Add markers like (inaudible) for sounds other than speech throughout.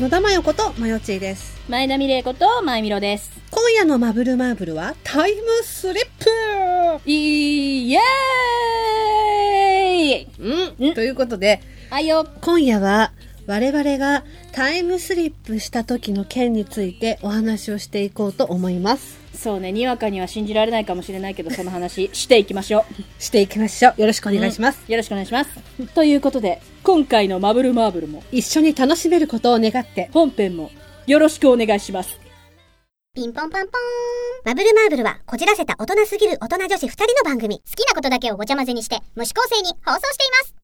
野田真代ことまよちーです前田美玲子と前みろです。今夜のマブルマーブルはタイムスリッイエーイプうんということであいよ今夜は我々がタイムスリップした時の件についてお話をしていこうと思いますそうね、にわかには信じられないかもしれないけど、その話していきましょしていきましょうよろし (laughs) くおう。願いします、うん。よろしくお願いします。ということで、今回のマブルマーブルも、一緒に楽しめることを願って本編も、よろしくお願いします。ピンポンパンポーン。マブルマーブルは、こじらせた大人すぎる大人女子二人の番組。好きなことだけをごちゃ混ぜにして、無視構成に放送しています。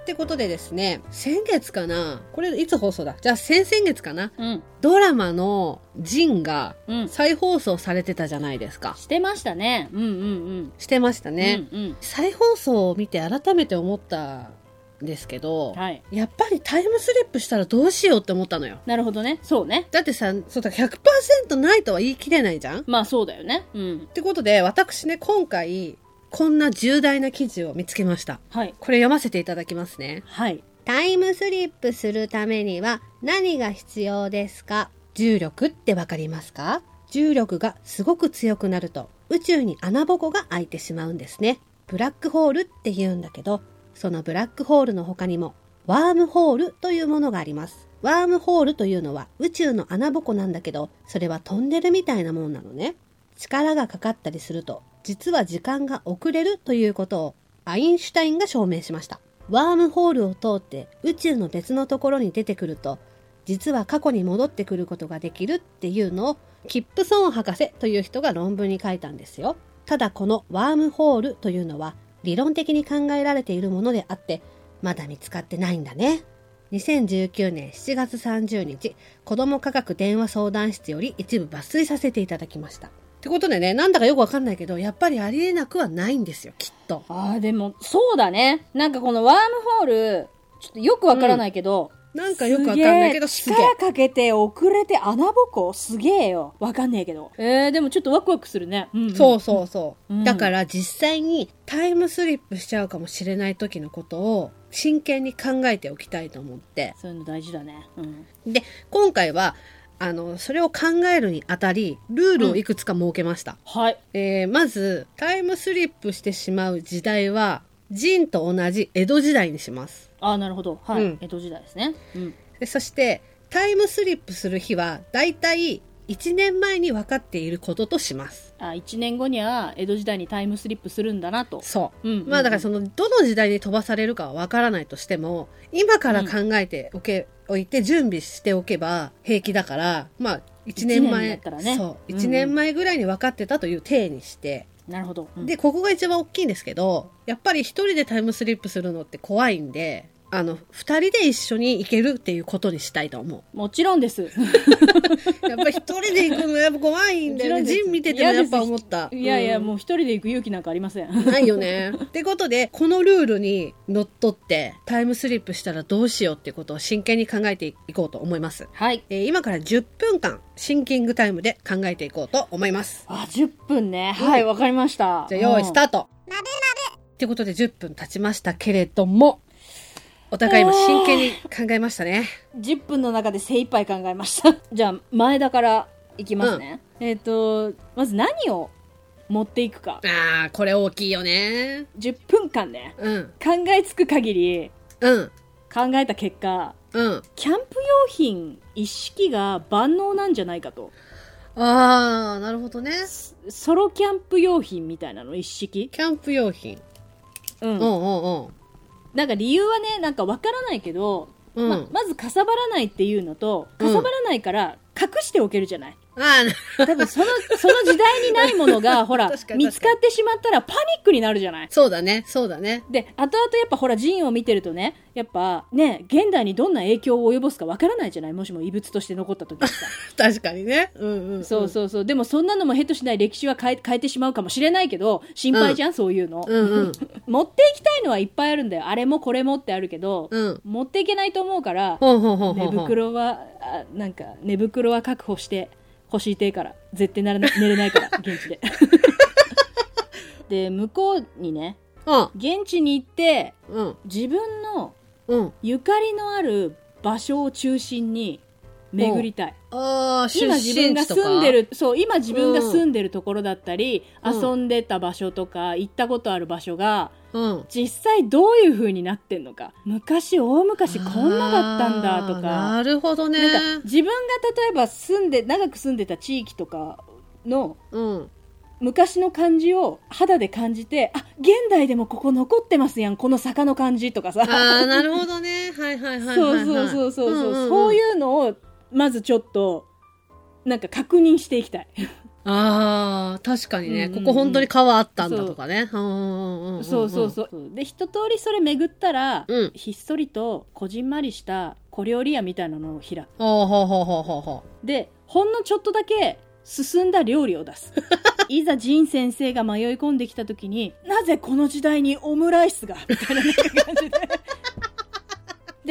ってことでですね先月かなこれいつ放送だじゃあ先々月かなうん。ドラマの「ジン」がうん。再放送されてたじゃないですかしてましたね。うんうんうん。してましたね、うん再放送を見て改めて思ったんですけど、うん。はい。やっぱりタイムスリップしたらどうしようって思ったのよなるほどね。そうね。だってさそうだ100%ないとは言い切れないじゃんっまあそうだよね。うん。てことで私ね今回こんな重大な記事を見つけましたはい。これ読ませていただきますねはい。タイムスリップするためには何が必要ですか重力ってわかりますか重力がすごく強くなると宇宙に穴ぼこが開いてしまうんですね。ブラックホールって言うんだけど、そのブラックホールの他にもワームホールというものがあります。ワームホールというのは宇宙の穴ぼこなんだけど、それはトンネルみたいなもんなのね。力がかかったりすると、実は時間が遅れるということをアインシュタインが証明しました。ワームホールを通って宇宙の別のところに出てくると、実は過去に戻ってくることができるっていうのを、キップソーン博士という人が論文に書いたんですよ。ただこのワームホールというのは、理論的に考えられているものであって、まだ見つかってないんだね。2019年7月30日、子ども科学電話相談室より一部抜粋させていただきました。ってことでね、なんだかよくわかんないけど、やっぱりありえなくはないんですよ、きっと。ああ、でも、そうだね。なんかこのワームホール、ちょっとよくわからないけど、なんかよくわかんないけど、すすげげええ。力かけて遅れて穴ぼこすげえよ。わかんねえけど。えー、でもちょっとワクワクするね。うん、そうそうそう。うんだから実際にタイムスリップしちゃうかもしれない時のことを真剣に考えておきたいと思って。そういうの大事だね。うん。で、今回は、あの、それを考えるにあたり、ルールをいくつか設けました。はい。えーまず、タイムスリップしてしまう時代は、ジンと同じ江戸時代にします。ああ、なるほど。はい、うん江戸時代ですね。うん。でそして、タイムスリップする日は、だいたい1年前に分かっていることとします。あ1年後には江戸時代にタイムスリップするんだなと。そう。うんうん、うん。まあだからそのどの時代に飛ばされるかはわからないとしても今から考えておけ、おいて準備しておけば平気だからまあ1年前一年だったらねそううん1年前ぐらいに分かってたという体にして、なるほど。うんでここが一番大きいんですけどやっぱり一人でタイムスリップするのって怖いんであの二人で一緒に行けるっていうことにしたいと思もちろんです。うやっぱり一人で行くのやっぱ怖いんだよ (laughs) ねもちろんですジン見ててもやっぱ思ったいやいや、もうう一人で行く勇気なんかありません。んないよね。ってことで、このルールにのっとって、タイムスリップしたらどうしようってことを真剣に考えていこうと思います。 (laughs) はい。えー今から10分間、シンキングタイムで考えていこうと思います。あ、10分ね。はい、わかりました。じゃあ、用意スタート。ート。ってことで10分経ちましたけれども、お互い今真剣に考えましたね。 10分の中で精一杯考えました。 (laughs) じゃあ、前田からいきますね。えっ、と、まず何を持っていくか。あー、これ大きいよね。 10分間ね。うん、考えつく限り、うん、考えた結果、うん。キャンプ用品一式が万能なんじゃないかと。あー、なるほどね。ソロキャンプ用品みたいなの一式キャンプ用品。ううん、んう。ん、うん。なんか理由はね、なんかわからないけど、うんままずかさばらないっていうのと、うんかさばらないから隠しておけるじゃない。あー、 (laughs) 多分その、その時代にないものが、ほら確か、に見つかってしまったらパニックになるじゃない。そうだね、そうだね。で、後々やっぱほら、ジンを見てるとね、やっぱね、現代にどんな影響を及ぼすかわからないじゃないもしも異物として残っ (laughs) た時にさ。確かにね。うんうん、うん。そうそうそう。でもそんなのもヘッドしない歴史は変え変えてしまうかもしれないけど、心配じゃん、そういうの。うんうん。 (laughs) 持っていきたいのはいっぱいあるんだよ。あれもこれもってあるけど、うん。持っていけないと思うから、ほうほうほうほ寝うほう。袋はあなんか寝袋は確保してほしいてえから絶対ならな寝れないから (laughs) 現地でで向こうにね現地に行ってうん。自分のうん。ゆかりのある場所を中心に巡りたいああ、出今自分身が地とか。住んでるそう今自分が住んでるところだったり、うん遊んでた場所とか行ったことある場所がうん。実際どういう風になってんのか昔大昔こんなだったんだあーとかなるほどね。なんか自分が例えば住んで長く住んでた地域とかのうん。昔の感じを肌で感じてあ現代でもここ残ってますやんこの坂の感じとかさああ、なるほどね。はいはいはいはい、そはうい。そうそうそうそう,、んんんそういうのをまずちょっとなんか確認していきたい、ああ、確かにね、うんうんうんここ本当に川あったんだとかね。うんうんうんんんそうそうそうで一通りそれ巡ったら、うんひっそりとこじんまりした小料理屋みたいなのを開くほうほうほうほうほうほでほんのちょっとだけ進んだ料理を出 (laughs) すいざ仁先生が迷い込んできた時になぜこの時代にオムライスがみたいななんか感じで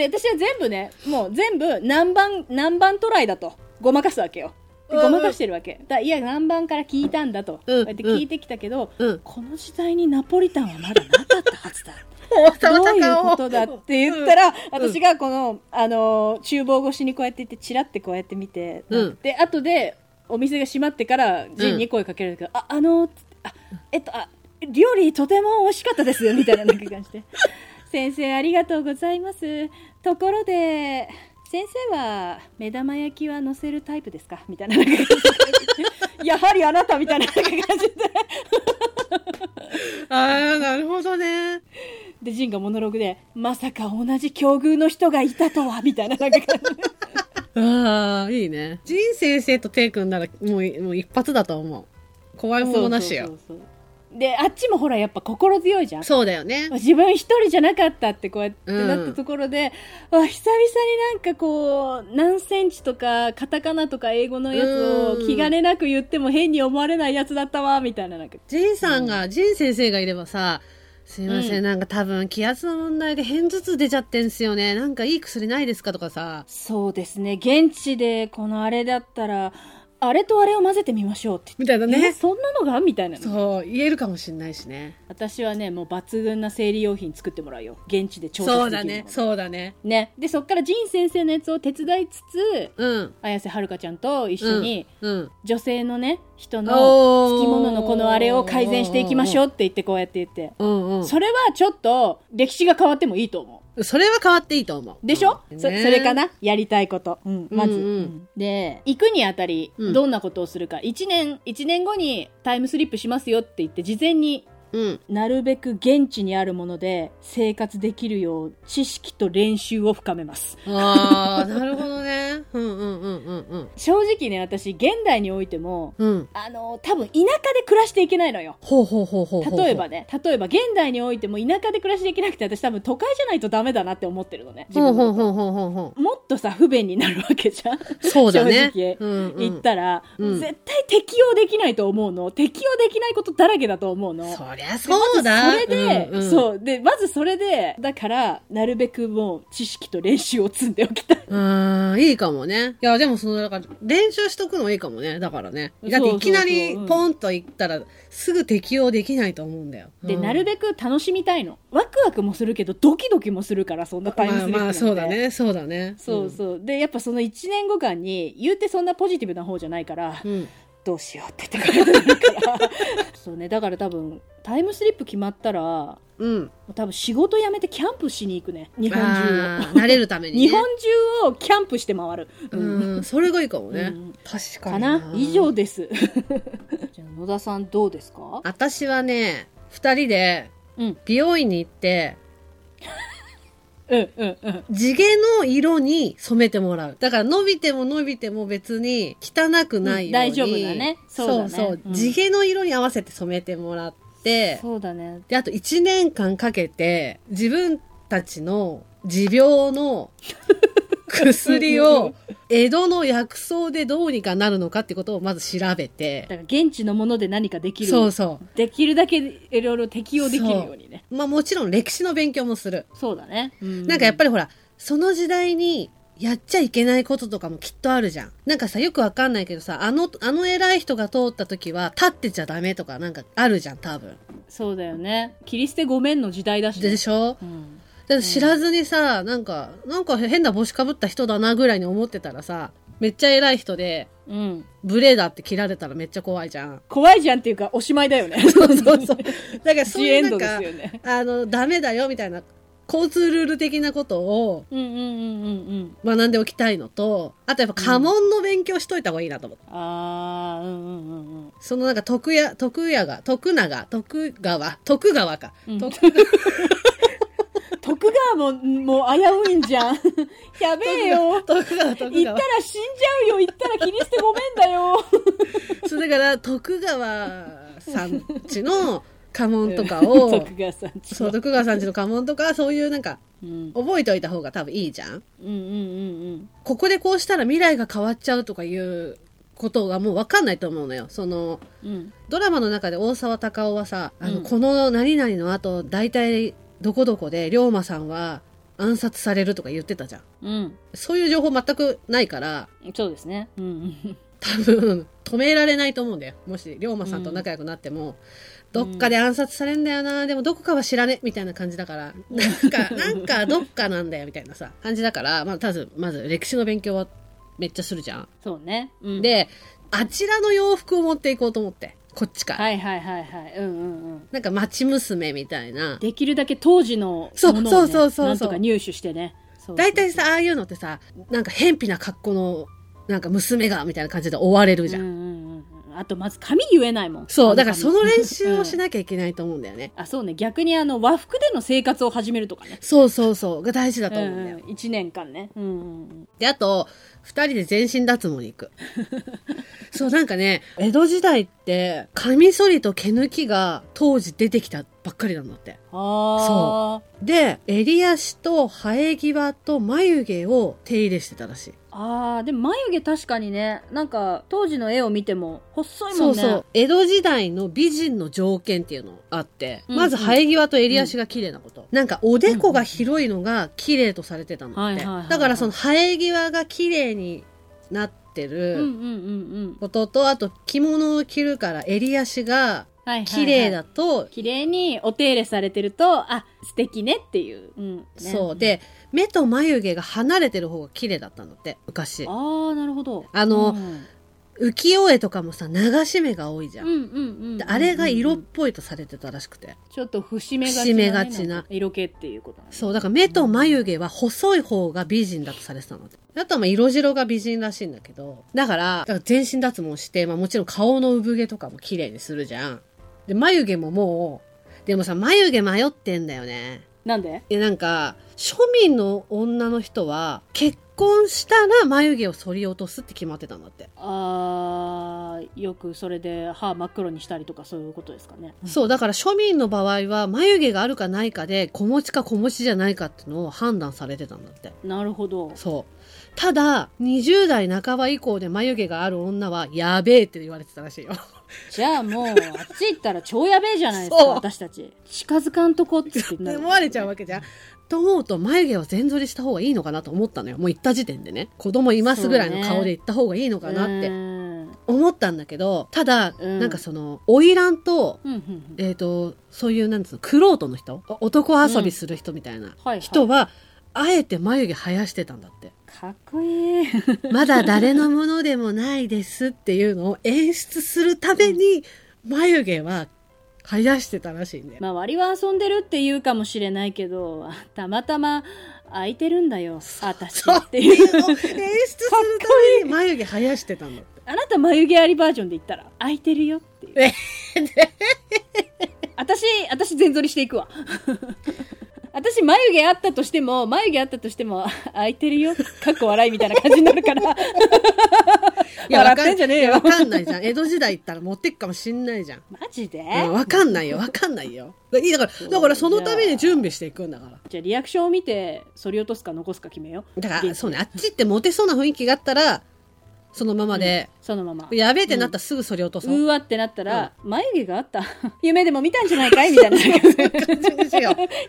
で私は全部ねもう全部南蛮南蛮トライだとごまかすわけよでうんうごんまかしてるわけだからいや南蛮から聞いたんだと、うんこうやって聞いてきたけど、う。うん。この時代にナポリタンはまだなかったはずだ大どういう阪をことだって言ったら、うん私がこの、あのー厨房越しにこうやって言って、チラってこうやって見て、うんで、後で、お店が閉まってから、ジンに声かけられるけど、あ、あのーつあ、えっと、あ、料理とても美味しかったです、みたいななんか感じ (laughs) で。先生、ありがとうございます。ところで、先生は、目玉焼きは乗せるタイプですかみたいななんか感じでやはりあなたみたいななんか感じで。ああ、なるほどね。で、ジンがモノローグで、まさか同じ境遇の人がいたとは、み (laughs) たいな、なんか感じでああ、いいね。人生生とテイ君ならもういもう一発だと思う。怖いものなしよ。そうそうそうそうであっちもほらやっぱ心強いじゃんだよね。自分一人じゃなかったってこうやってうんなったところで、あ久々になんかこう何センチとかカタカナとか英語のやつうをん気兼ねなく言っても変に思われないやつだったわみたいななんかジンさんが、ジン先生がいればさ、すいません、うんなんか多分気圧の問題で偏頭痛出ちゃってんすよね。なんかいい薬ないですかとかさ。そうですね現地でこのあれだったらあれとあれを混ぜてみましょうってみたいな言って、えね。そんなのがみたいなのそう、言えるかもしんないしね。私はねもう抜群な生理用品作ってもらうよ現地で調そう達でだきるもねの。そうだね。ねでそっから仁先生のやつを手伝いつつうん。綾瀬はるかちゃんと一緒にうん。女性のね人のおつきもののこのあれを改善していきましょうう。って言ってこうやって言ってうんうん。それはちょっと歴史が変わってもいいと思それは変わっていいと思う。うでしょ、うんそそねれかなやりたいこと、うんまず、うんうんうんで行くにあたりうんどんなことをするか、1年1年後にタイムスリップしますよって言って事前にうん。なるべく現地にあるもので生活できるよう知識と練習を深めますああ、なるほどね。うんうんうんうんうん。正直ね私現代においてもうん。あの多分田舎で暮らしていけないのよほうほうほうほうほう。例えば。ね例えば現代においても田舎で暮らしていけなくて私多分都会じゃないとダメだなって思ってるのね自ほう分のほうほうほうほうほもっとさ不便になるわけじゃう。ん、そうだね。正直うんうん言ったら、うん絶対適用できないと思うの適用できないことだらけだと思うのそりゃそうだ。それで、うんうんそう。で、まずそれで、だから、なるべくもう、知識と練習を積んでおきたい。うーん、いいかもね。いや、でもその、だから、練習しとくのいいかもね。だからね。だっていきなそうそうりそううんポンと行ったら、すぐ適用できないと思うんだよ。で、なるべべく楽しみたいの。ワクワクもするけど、ドキドキもするから、そんなタイムスリップなんてまあまあ、そうだ。ね。そうだね。そうそう。で、やっぱその1年後間に、言うてそんなポジティブな方じゃないから、うん。うん。どうしようって言ってくれるから。 (laughs) そうね、だから多分、タイムスリップ決まったら、うん。多分仕事辞めてキャンプしに行くね。日本中を。あ (laughs) ー慣れるために、ね。日本中をキャンプして回る。うん、それがいいかもね。うん確かかにな以上です。 (laughs) じゃあ野田さんどうですか？私はね、二人でうん美容院に行って、うんうんうん。地毛の色に染めてもらう。だから伸びても伸びても別に汚くないように。うん大丈夫だねそうだねそうそううん地毛の色に合わせて染めてもらって、そうだね。で、あと一年間かけて自分たちの持病 (laughs) の薬を江戸の薬草でどうにかなるのかってことをまず調べだて、から現地のもので何かできる。そうそう。できるだけいろいろ適用できるようにね。まあもちろん歴史の勉強もする。そうだね。なんかやっぱりりほら、その時代にやっちゃいけないこととかもきっとあるじゃん。なんかさ、よくわかんないけどさ、あの、あの偉い人が通った時は立ってちゃダメとかなんかあるじゃん、多分。そうだよね。切り捨てごめんの時代だしね。でしょうんだって知らずにさ、なんか、なんか変な帽子かぶった人だなぐらいに思ってたらさ、めっちゃ偉い人で、うん。無礼だって切られたらめっちゃ怖いじゃ (laughs) ん。怖いじゃんっていうか、おしまいだよね。そうそうそう。だから (laughs) そうジいエうなンドんでか、すよね。あの、ダメだよみたいな、交通ルール的なことをうんうんうんうんうん。学んでおきたいのと、あとやっぱ家紋の勉強しといた方がいいなと思って。あー、うんうんうんうん。そのなんか徳や、徳やが、徳永、徳川、徳川か。うん徳徳川も、もう危ういんじ (laughs) ゃん。やべえよ。徳 (laughs) 川、徳行川った。ら死んじゃうよ。行ったら気にしてごめんだよ。そうだから徳川さんちの家紋とか (laughs) を、徳川さんちそうの。徳川さんちの家紋とかそういうなんかうん。覚えておいた方が多分いいじゃん。うんうんうんここでこうしたら未来が変わっちゃうとかいうことがもう分かんないと思うのよ。そのうん。うん。ドラマの中で大沢たかおはさ、あのうんこの何々の後大体どこどこで龍馬さんは暗殺されるとか言ってたじゃん。うん。そういう情報全くないからそうですね。うんうん。多分止められないと思うんだよもし龍馬さんと仲良くなっても、どっかで暗殺されんだよなでもどこかは知らねみたいな感じだからなんかなんかどっかなんだよみたいなさ感じだから、まあ、まずまず歴史の勉強はめっちゃするじゃん、そうね。うん、、であちらの洋服を持っていこうと思ってこっちから、はいはいはいはい。うんうんうん。なんか町娘みたいなできるだけ当時のもそうのを、ね、そうそうそうそうなんとか入手してね。そう大体さああいうのってさなんか偏僻な格好のなんか娘がみたいな感じで追われるじゃん、うんうんうん。あとまず髪言えないもん。そうだからその練習をしい。なきゃいけないと思うんだよね、あ、そうね。逆にあの和服での生活を始めるとかね。そうそうそうが大事だと思うんだよ、んうん、1年間ね。うんうんうん。で、あと、二人で全身脱毛に行 (laughs) く。そう、なんかね、江戸時代って、カミソリと毛抜きが当時出てきたばっかりなんだって。あー。で、襟足と生え際と眉毛を手入れしてたらしい。あー、でも眉毛確かにね、なんか当時の絵を見ても細いもそんうね。そう。江戸時代の美人の条件っていうのあって、うんまず生え際と襟足が綺麗なこと。なんかおでこが広いのが綺麗とされてたのはいっはていはいは。いだからその生え際が綺麗になってうる。んうんうんうん。ことと、あと着物を着るから襟足がはいはいはい綺麗だと、綺麗にお手入れされてると、あ、素敵ねっていう。うん、ねそう。。で、目と眉毛が離れてる方が綺麗だったんだって、昔。ああ、なるほど。あのうん浮世絵とかもさ、流し目が多いじゃん。うんうんうんうんであれが色っうんぽいとされてたらしくて。ちょっと節目がちな,、節目がちなんか色気っていうことなんですそう、だから目と眉毛は細い方が美人だとされてたの。あとはまあ色白が美人らしいんだけど、だから、だから全身脱毛して、まあもちろん顔の産毛とかも綺麗にするじゃん。で、眉毛ももう、でもさ、眉毛迷ってんだよね。なんでいやなんか庶民の女の人は結婚したら眉毛を剃り落とすって決まってたんだって、あーよくそれで歯真っ黒にしたりとかそういうことですかねそうだから庶民の場合は眉毛があるかないかで子持ちか子持ちじゃないかっていうのを判断されてたんだってなるほどそうただ20代半ば以降で眉毛がある女はやべえって言われてたらしいよじゃあもうあっち行ったら超やべえじゃないですかそう私たち近づかんとこって言ってなでる思われちゃうわけじゃんと思うと眉毛を全剃りした方がいいのかなと思ったのよもう行った時点でね子供いますぐらいの顔で行った方がいいのかなってうーん思ったんだけどただ、うんなんかその花魁と,、うんうんうんえー、とそういうなんつうのクロートの人お男遊びする人みたいなはいはい人は、あえて眉毛生やしてたんだってかっこいい (laughs) まだ誰のものでもないですっていうのを演出するために眉毛は生やしてたらしいんだよ、周りは遊んでるって言うかもしれないけどあたまたま空いてるんだよ (laughs) 私そうっていう演出するために眉毛生やしてたんだってあなた眉毛ありバージョンで言ったら空いてるよっていうえ。私、私全剃りしていくわ。 (laughs) 私眉毛あったとしても、眉毛あったとしても、あ空いてるよ。かっこ笑いみたいな感じになるから。笑ってんじゃねえよわかんないじ (laughs) ゃん江戸時代行ったら持ってくかもしんないじゃんマジで、うんわかんないよ、わかんないよ。だだから、だからそのために準備していくんだから。じゃあリアクションを見て、剃り落とすか残すか決めよう。だから、元気そうね、あっちってモテそうな雰囲気があったら、そのままで、そのまま。やべえってなったらすぐそれ落とうそう。 (laughs) ーわってなったら、眉毛があった。 (laughs) 夢でも見たんじゃないかいみたいな。 (laughs)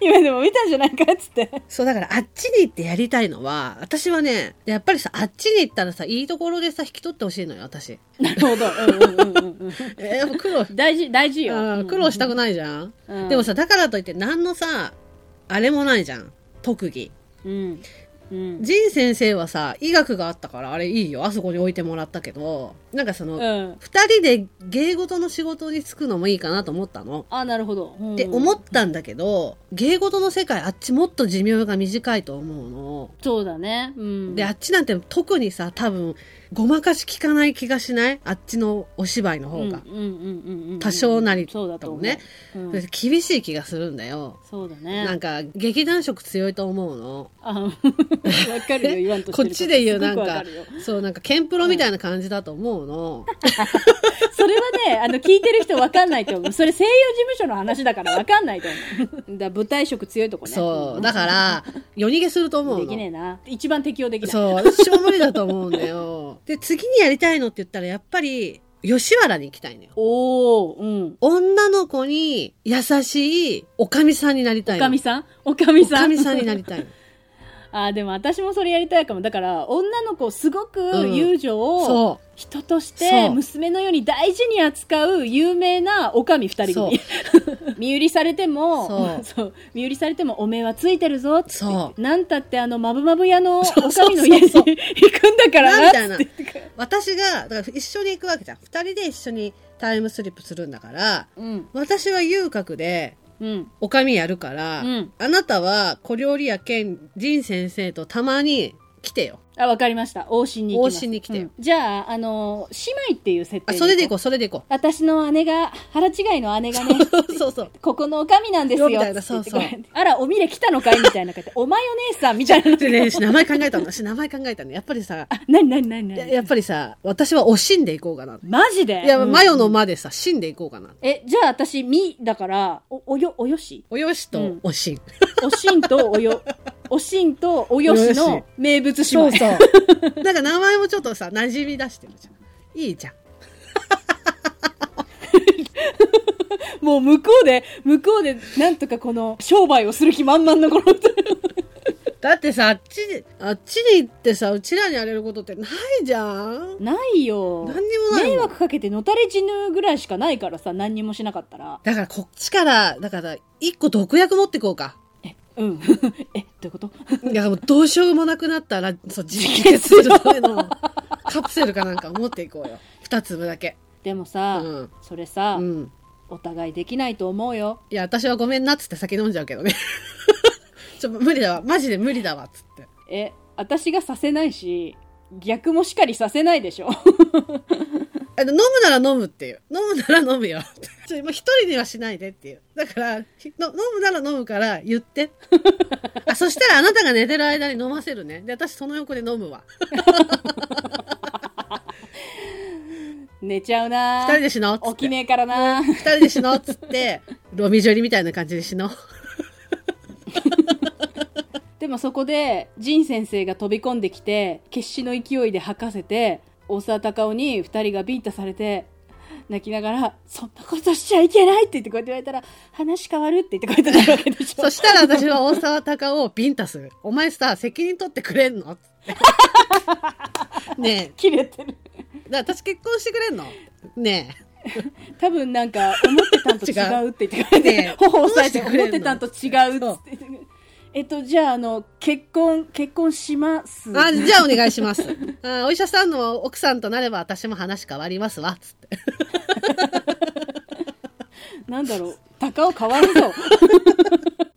夢でも見たんじゃないかっつって。そう、だからあっちに行ってやりたいのは、私はね、やっぱりさ、あっちに行ったらさ、いいところでさ、引き取ってほしいのよ、私。なるほど。うんうんうんうんうえーやっぱ苦労、ん。大事、大事よ。うん苦労したくないじゃん。うんでもさ、だからといって、何のさ、あれもないじゃん。特技。うん。うん。仁先生はさ、医学があったから、あれいいよ。あそこに置いてもらったけど、なんかその、うん。二人で芸事の仕事に就くのもいいかなと思ったの。あ、なるほど。うんって思ったんだけど、芸事の世界あっちもっと寿命が短いと思うの。そうだね。うん。で、あっちなんて特にさ、多分、ごまかし効かない気がしないあっちのお芝居の方が。うんうんうんうんうんうん。多少なりそうだと思うね。うん厳しい気がするんだよ。そうだなね。んか、劇団色強いと思うの。あ、 (laughs) わか (laughs) るよ、言わんとしこてっるとちで言うすなごんくわかるよ、そう、なんか、ケンプロみたいな感じだと思うの。それはね、あの、聞いてる人わかんないと思う。それ声優事務所の話だからわかんないと (laughs) 思う。だ舞台色強いとこね。そう。んだから、夜逃げすると思うの。できねえな。一番適用できない。そう、私も無理だと思うんだよ。で、次にやりたいのって言ったら、やっぱり、吉原に行きたいのよ。おー、うん。女の子に優しいおかみさんになりたいおの。かみさんおかみさおんかみさんになりたいの。あーでも私もそれやりたいかもだから女の子をすごくうん友情 (laughs) をそ人としそてう娘のように大事に扱う有名なおかみ二人組 (laughs) 身売りされても (laughs) そう身売りされてもおめえはついてるぞってそなんたってあのまぶまぶ屋のおかみのそうそうそう家に (laughs) 行くんだかならみなたいなって言ってう。 (laughs) 私が、だから一緒に行くわけじゃん。二人で一緒にタイムスリップするんだから、うん私は遊郭で、うんおかみやるから、うんあなたは小料理屋兼仁先生とたまに来てよ。あわかりました往診に行きます往診に来てようんじゃああの姉妹っていう設定あ、それで行ここう、それで行こう私の姉が腹違いの姉がねう。 (laughs) そうそう。ここのおかみなんですよ。よみたいなつってそうそうこれあら、おみれ来たのかいみたい (laughs) な感じで。お前お姉さんみたいな。でね、私名前考えたの。私名前考えたの。やっぱりさ、なになになになやにやっぱりさ、私はおしんでいこうかな。 (laughs) マジでいや、うんマヨの間でさ、しんでいこうかな。え、じゃあ私、みだから、お、およ、およしおよしうとんおしん。おしんとお (laughs) よ、おしんとおよしの名物姉そ妹。う (laughs) そう。なんか名前もちょっとさ、馴染み出してるじゃん。いいじゃん。 (laughs) もう向こうで、向こうで、なんとかこの、商売をする気満々の頃だってさ、あっちに、あっちに行ってさ、うちらにやれることってないじゃん。ないよ。何にもないもん迷惑かけてのたれ死ぬぐらいしかないからさ、何にもしなかったら。だからこっちから、だから、一個毒薬持ってこうか。え、 (laughs) うん。え、どういうこと (laughs) いや、もうどうしようもなくなったら、そう、自決するための (laughs) カプセルかなんか持っていこうよ。二粒だけ。でもうさ、ん。それさ、うん。お互いできないと思うよ。いや、私はごめんなっつって酒飲んじゃうけどね。 (laughs) ちょ、無理だわ。マジで無理だわ。つって。え、私がさせないし、逆もしかりさせないでしょ。 (laughs) あの飲むなら飲むっていう。飲むなら飲むよ。 (laughs) ちょ、もう一人にはしないでっていう。だから、ひの飲むなら飲むから言って。あ、そしたらあなたが寝てる間に飲ませるね。で、私その横で飲むわ。寝ちゃうな二人で死のうっつって。起きねえからな二人で死のうっつって、ロミジョリみたいな感じで死のう。でもそこで、仁先生が飛び込んできて、決死の勢いで吐かせて、大沢たかおに二人がビンタされて、泣きながら、そんなことしちゃいけないって言ってこうやって言われたら、話変わるって言ってこうやってなるわけでしょ。そしたら私は大沢たかおをビンタする。お前さ、責任取ってくれんのね切れてる。え、だ私結婚してくれんのねえ。多分なんか、思ってたんと (laughs) 違うって言ってくれ違うねてえ、頬を押さえて、どうしてくれんの思ってたんと違うっつって。えっと、じゃあ、あの、結婚、結婚します。あ、じゃあお願いします。あお医者さんの奥さんとなれば私も話変わりますわ。つって。なんだろう、高尾変わる (laughs) ぞ。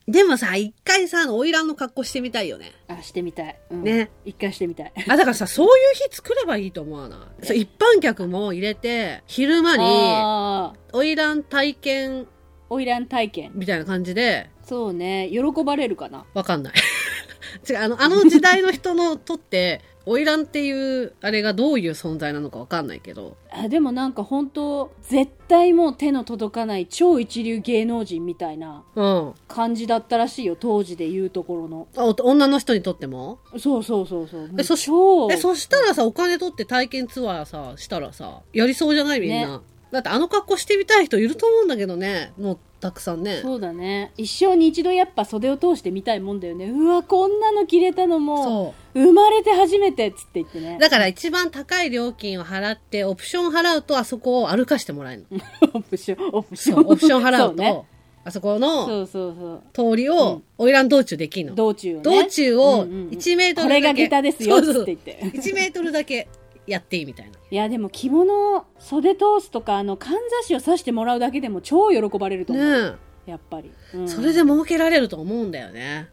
でもさ、一回さ、あの、花魁の格好してみたいよね。あ、してみたい。うんね。一回してみたい。あ、だからさ、そういう日作ればいいと思わないそう一般客も入れて、昼間に、ああ、花魁体験花魁体験。みたいな感じで、そうね、喜ばれるかな。わかんない。 (laughs) 違う、あの、あの時代の人のとって、 (laughs) 花魁っていう、あれがどういう存在なのかわかんないけど。あでもなんか本当絶対もう手の届かない超一流芸能人みたいなうん。あ、感じだったらしいよ当時で言うところのお女の人にとってもそうそうそうそうもうえそ超え、そしたらさ、お金取って体験ツアーさ、したらさ、やりそうじゃないみんな。だってあの格好してみたい人いると思うんだけどね。もう、たくさんね。そうだね一生に一度やっぱ袖を通してみたいもんだよねうわこんなの着れたのもそう生まれて初めてっつって言ってねだから一番高い料金を払って、オプション払うとあそこを歩かしてもらえるの。オプションオプシそョンう、オプション払そうねと、あそこのそうそうそう通りを花魁道中できんの。道中をね道中をうんうんうん1メートこルだけ。れが下駄ですよっそつうっそうて言って1メートルだけやっていいみたいな。いやでも着物袖通すとかあのかんざしを刺してもらうだけでも超喜ばれると思う、ねやっぱり、うえ。んそれで儲けられると思うんだよね。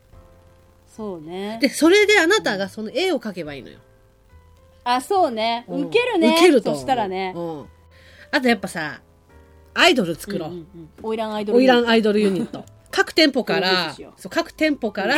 そうねで、それであなたがその絵を描けばいいのよ。あそうねうんウケるねウケるとそ思う。したらねうん。あとやっぱさ、アイドル作ろうんうう。んうん花魁アイドルオイランアイドルユニット。各店舗かオーディショらンしよ、うそう、各店舗から、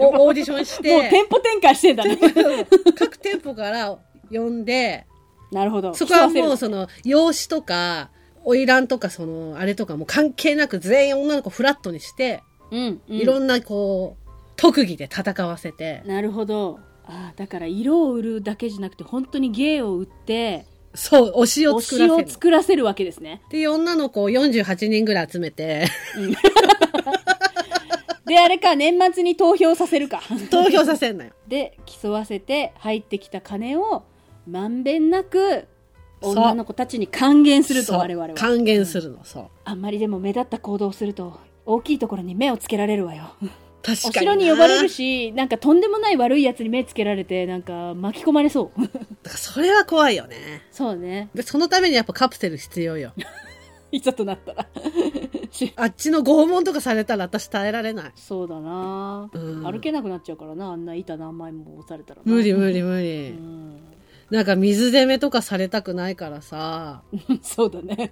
おオーディションしもうて、店舗展開してんだね (laughs) 各店舗から呼んで、なるほどそこは競もわうせるその、用紙とか、花魁とかその、あれとかも関係なく全員女の子フラットにして、うん、うん、いろんなこう、特技で戦わせて、なるほどあーだから色を売るだけじゃなくて本当に芸を売ってそう、推しを推作らしせをる。作らせるわけですねで、女の子を48人ぐらい集め (laughs) て、であれか年末に投票させるか (laughs) 投票させんのよ。で競わせて入ってきた金をまんべんなくそう女の子たちに還元するとそう我々は還元するの、そう。あんまりでも目立った行動をすると大きいところに目をつけられるわよ確かおに。城に呼ばれる。しなんかとんでもない悪いやつに目つけられてなんか巻き込まれそうだからそれは怖いよね。そうねで、 (laughs) そのためにやっぱカプセル必 (laughs) 要よ。いざとなっ (laughs) たらしあっちの拷問とかされたら私耐えられない。そうだな、うん歩けなくなっちゃうからなあんな板何枚も押されたらな無理無理無う理。ん (laughs) なんか水攻めとかされたくないからさ。そうだね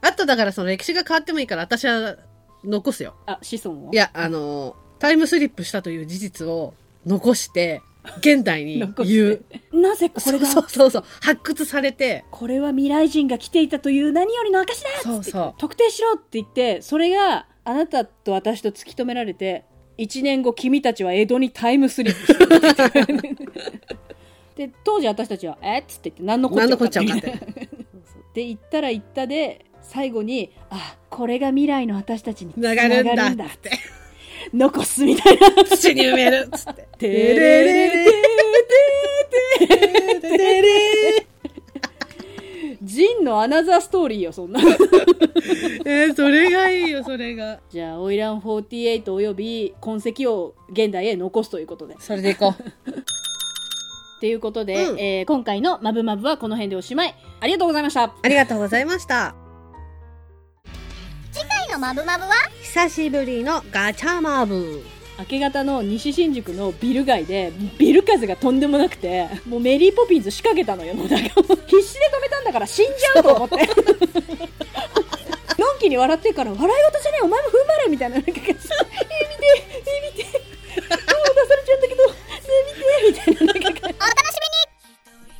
あとだからその歴史が変わってもいいから私は残すよ。あ子孫をいや、あの、タイムスリップしたという事実を残して、現代に (laughs) 残言しう。てなぜこそれうがそうそうそう。発掘されて、これは未来人が来ていたという何よりの証だそうそう。特定しろって言ってそれがあなたと私と突き止められて1年後君たちは江戸にタイムスリップする (laughs) で当時私たちは「えっ?」つって言って何のこっちゃ何のこっ分ちゃん分なかいってない。で行ったら行ったで最後に「あこれが未来の私たちに繋流れるんだがっつって。残す」みたいな「土に埋めるっつって。てれれれれれれて (laughs) れれジンのアナザーストーリーよそんな」えー、それがいいよ、それが。じゃあ「オイラン48」および痕跡を現代へ残すということでそれでいこう。ということで、うんえー今回の「まぶまぶ」はこの辺でおしまいありがとうございましたありがとうございました。回のマブマブは久しぶりのガチャマブ。明け方の西新宿のビル街でビル風がとんでもなくてもうメリーポピンズ仕掛けたのよもうなんかもう必死で止めたんだから死んじゃうと思ってのんきに笑ってから笑い事じゃねえお前も踏ん張れみたいななんか感じえ見てえ見て顔出されちゃったけどえ見てみたいななんか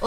オ